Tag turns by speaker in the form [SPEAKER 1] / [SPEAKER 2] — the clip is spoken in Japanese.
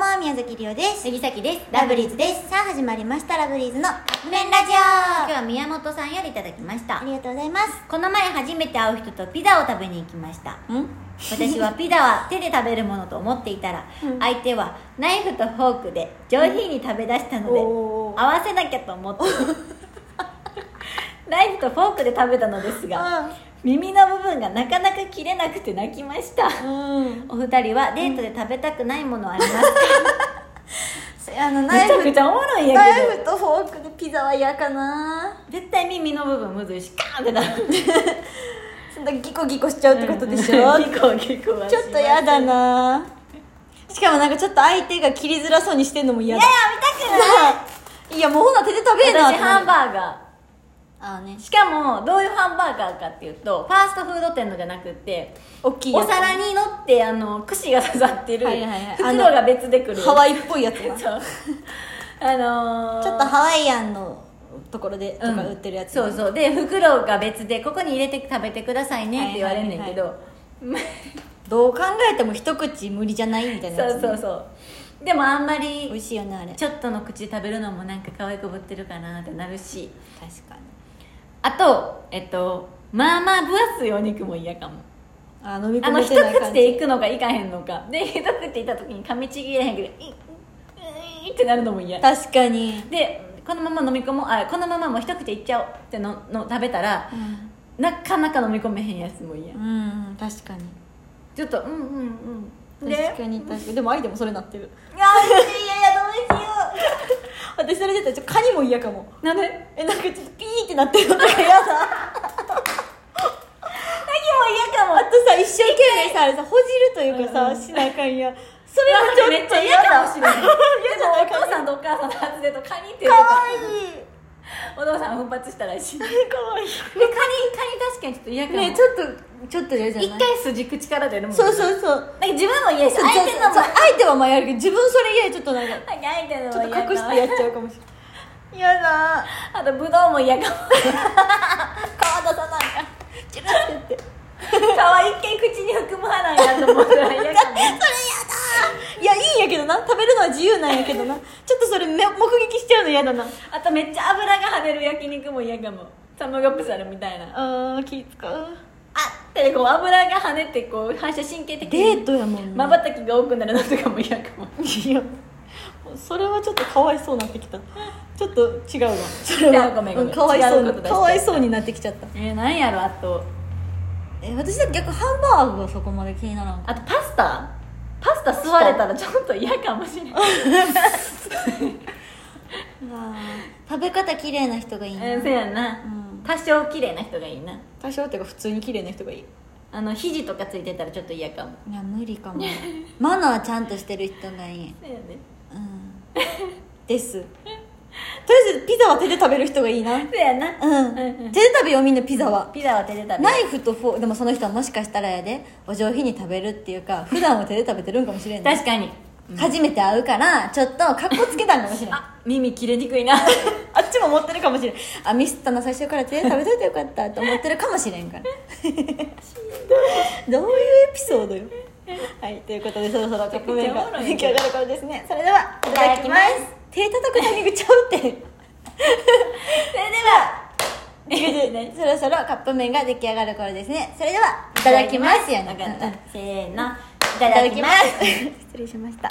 [SPEAKER 1] は宮崎りおです
[SPEAKER 2] 杉崎です
[SPEAKER 1] ラブリーズですさあ始まりましたラブリーズの「面ラジオ
[SPEAKER 2] 今日」は宮本さんよりいただきまし
[SPEAKER 1] あ
[SPEAKER 2] た
[SPEAKER 1] りがとうございます
[SPEAKER 2] この前初めて会う人とピザを食べに行きました
[SPEAKER 1] ん
[SPEAKER 2] 私はピザは手で食べるものと思っていたら、
[SPEAKER 1] うん
[SPEAKER 2] 相手はナイフとフォークで上品に食べ出したので、
[SPEAKER 1] おー
[SPEAKER 2] 合わせなきゃと思ってナイフとフォークで食べたのですが耳の部分がなかなか切れなくて泣きました
[SPEAKER 1] うん
[SPEAKER 2] お二人はデートで食べたくないものありますか、
[SPEAKER 1] あの
[SPEAKER 2] め
[SPEAKER 1] ナイ
[SPEAKER 2] ちゃ
[SPEAKER 1] フ
[SPEAKER 2] くちゃおもろいんや
[SPEAKER 1] ナ
[SPEAKER 2] けど
[SPEAKER 1] イフとフォークでピザは嫌かな
[SPEAKER 2] 絶対耳の部分むずいしカーンってなる
[SPEAKER 1] そんなギ コギコしちゃうってことでしょ、
[SPEAKER 2] 結構結構
[SPEAKER 1] ちょっと嫌だなしかもなんかちょっと相手が切りづらそうにしてんのも嫌だいや いやもうほな手で食べえな
[SPEAKER 2] 私ハンバーガ
[SPEAKER 1] あーね
[SPEAKER 2] ーしかもどういうハンバーガーかっていうとファーストフード店のじゃなくて
[SPEAKER 1] 大きいや
[SPEAKER 2] お
[SPEAKER 1] つ
[SPEAKER 2] 皿にのってあの串が刺さってる
[SPEAKER 1] はいはいはい
[SPEAKER 2] 袋が別でくる
[SPEAKER 1] ハワイっぽいやつなちょっ
[SPEAKER 2] そうあのー
[SPEAKER 1] とハワイアンのところでと
[SPEAKER 2] うん
[SPEAKER 1] か売ってるやつ、
[SPEAKER 2] そうそうで袋が別でここに入れて食べてくださいねって言われんねんけど、
[SPEAKER 1] どう考えても一口無理じゃないみたいなやつ
[SPEAKER 2] そうそうそうでもあんま
[SPEAKER 1] 美味
[SPEAKER 2] り
[SPEAKER 1] しいよねあれ確
[SPEAKER 2] ちょっとの口で食べるのもなんか可愛くぶってるかなってなるし
[SPEAKER 1] かに
[SPEAKER 2] あとえっとまあまあ分厚いお肉も嫌かも
[SPEAKER 1] あ飲み
[SPEAKER 2] あ
[SPEAKER 1] 込
[SPEAKER 2] の
[SPEAKER 1] め
[SPEAKER 2] 一
[SPEAKER 1] てない
[SPEAKER 2] 口
[SPEAKER 1] 感じ
[SPEAKER 2] でいくのかいかへんのかで一口でいった時に噛みちぎれへんけど「いいいってなるのも嫌
[SPEAKER 1] 確かに、
[SPEAKER 2] でこのまま飲み込もうあこのままもう一口いっちゃおうってのの食べたらなかなか飲み込めへんやつも嫌
[SPEAKER 1] うん、うん、確かに
[SPEAKER 2] ちょっとうんうんうんで
[SPEAKER 1] 確かに確かにでも相手もそれなってる
[SPEAKER 2] いやいやいやどうしよ
[SPEAKER 1] 私それ出たらちょっとカニも嫌かも
[SPEAKER 2] うなんで
[SPEAKER 1] えなんかちょっとピーってなってるのとか 嫌だ
[SPEAKER 2] 何も嫌かも
[SPEAKER 1] あとさ一生懸命さあれさほじるというかさ、
[SPEAKER 2] うん
[SPEAKER 1] しなあかんやそ
[SPEAKER 2] それはちょっ
[SPEAKER 1] れ
[SPEAKER 2] と
[SPEAKER 1] はちょっと
[SPEAKER 2] 嫌
[SPEAKER 1] 嫌
[SPEAKER 2] か
[SPEAKER 1] だ
[SPEAKER 2] もしれないでも
[SPEAKER 1] 嫌
[SPEAKER 2] お
[SPEAKER 1] じゃない
[SPEAKER 2] 父さんとお母さんの発言とカニって言う
[SPEAKER 1] か
[SPEAKER 2] と
[SPEAKER 1] わいい
[SPEAKER 2] お父さん奮発したらしいでカニ
[SPEAKER 1] かわい
[SPEAKER 2] カニ確かにちょっと嫌かも、
[SPEAKER 1] ねちょっとちょっと嫌じゃない
[SPEAKER 2] 一回筋口から出るもんね
[SPEAKER 1] そうそうそう
[SPEAKER 2] なんか自分も嫌やし
[SPEAKER 1] そう
[SPEAKER 2] 相手のも
[SPEAKER 1] そう相手はまあやるけど自分それ嫌やちょっとなんか
[SPEAKER 2] 相手の
[SPEAKER 1] ちょっ
[SPEAKER 2] も
[SPEAKER 1] と隠
[SPEAKER 2] 嫌
[SPEAKER 1] し
[SPEAKER 2] か
[SPEAKER 1] てやっちゃうかもしれない嫌だ
[SPEAKER 2] あとブドウも嫌かも
[SPEAKER 1] 顔出さないからチュルってって
[SPEAKER 2] 顔一見口に含まないなと思ったら嫌かも
[SPEAKER 1] それ嫌だいやいいんやけどな食べるのは自由なんやけどなちょっとそれめ目撃しちゃうの嫌だな
[SPEAKER 2] あとめっちゃ油が跳ねる焼肉も嫌かもサムギョプサルみたいなあ
[SPEAKER 1] あー気使う
[SPEAKER 2] ってこう油が跳ねてこう反射神経的
[SPEAKER 1] デ
[SPEAKER 2] に
[SPEAKER 1] ートやもん
[SPEAKER 2] まばたきが多くなるのとかも嫌かも
[SPEAKER 1] いやもうそれはちょっとかわいそうになってきたちょっと違うわそ
[SPEAKER 2] れ
[SPEAKER 1] れ
[SPEAKER 2] は
[SPEAKER 1] は
[SPEAKER 2] ごめんごめん
[SPEAKER 1] かわいそう
[SPEAKER 2] 違う
[SPEAKER 1] に
[SPEAKER 2] こと出して
[SPEAKER 1] かわいそうになってきちゃった
[SPEAKER 2] えー、なんやろあと
[SPEAKER 1] え私だって逆ハンバーグはそこまで気にならん
[SPEAKER 2] あとパスタパスタ吸われたらちょっと嫌かもしれない、
[SPEAKER 1] 食べ方綺麗な人がいいな、
[SPEAKER 2] えー、そうやな、
[SPEAKER 1] うん
[SPEAKER 2] 多少綺麗な人がいいな
[SPEAKER 1] 多少っていうか普通に綺麗な人がいい
[SPEAKER 2] あの肘とかついてたらちょっと嫌かも
[SPEAKER 1] いや無理か もマナーちゃんとしてる人がいい
[SPEAKER 2] そうやね
[SPEAKER 1] うんですとりあえずピザは手で食べる人がいいなうん
[SPEAKER 2] そうやな、
[SPEAKER 1] 手で食べようみんなピザは
[SPEAKER 2] ピザは手で食べる
[SPEAKER 1] ナイフとフォーでもその人はもしかしたらやでお上品に食べるっていうか普段は手で食べてるんかもしれんない
[SPEAKER 2] 確かに
[SPEAKER 1] 初めて会うからちょっとカッコつけたんかもしれんあ
[SPEAKER 2] あ耳切れにくいな
[SPEAKER 1] っちも持ってるかもしれんあミスったな最初から手で食べといてよかったと思ってるかもしれんからどういうエピソードよはいということでそろそろカップ麺が出来上がる頃ですねそれではいただきます
[SPEAKER 2] いただきます
[SPEAKER 1] 手叩くタイミングちゃうって
[SPEAKER 2] それでは
[SPEAKER 1] そろそろカップ麺が出来上がる頃ですねそれではいただきますよ
[SPEAKER 2] わ
[SPEAKER 1] ね
[SPEAKER 2] かった
[SPEAKER 1] うんうん
[SPEAKER 2] せーのい
[SPEAKER 1] い
[SPEAKER 2] ただきます
[SPEAKER 1] す失礼しました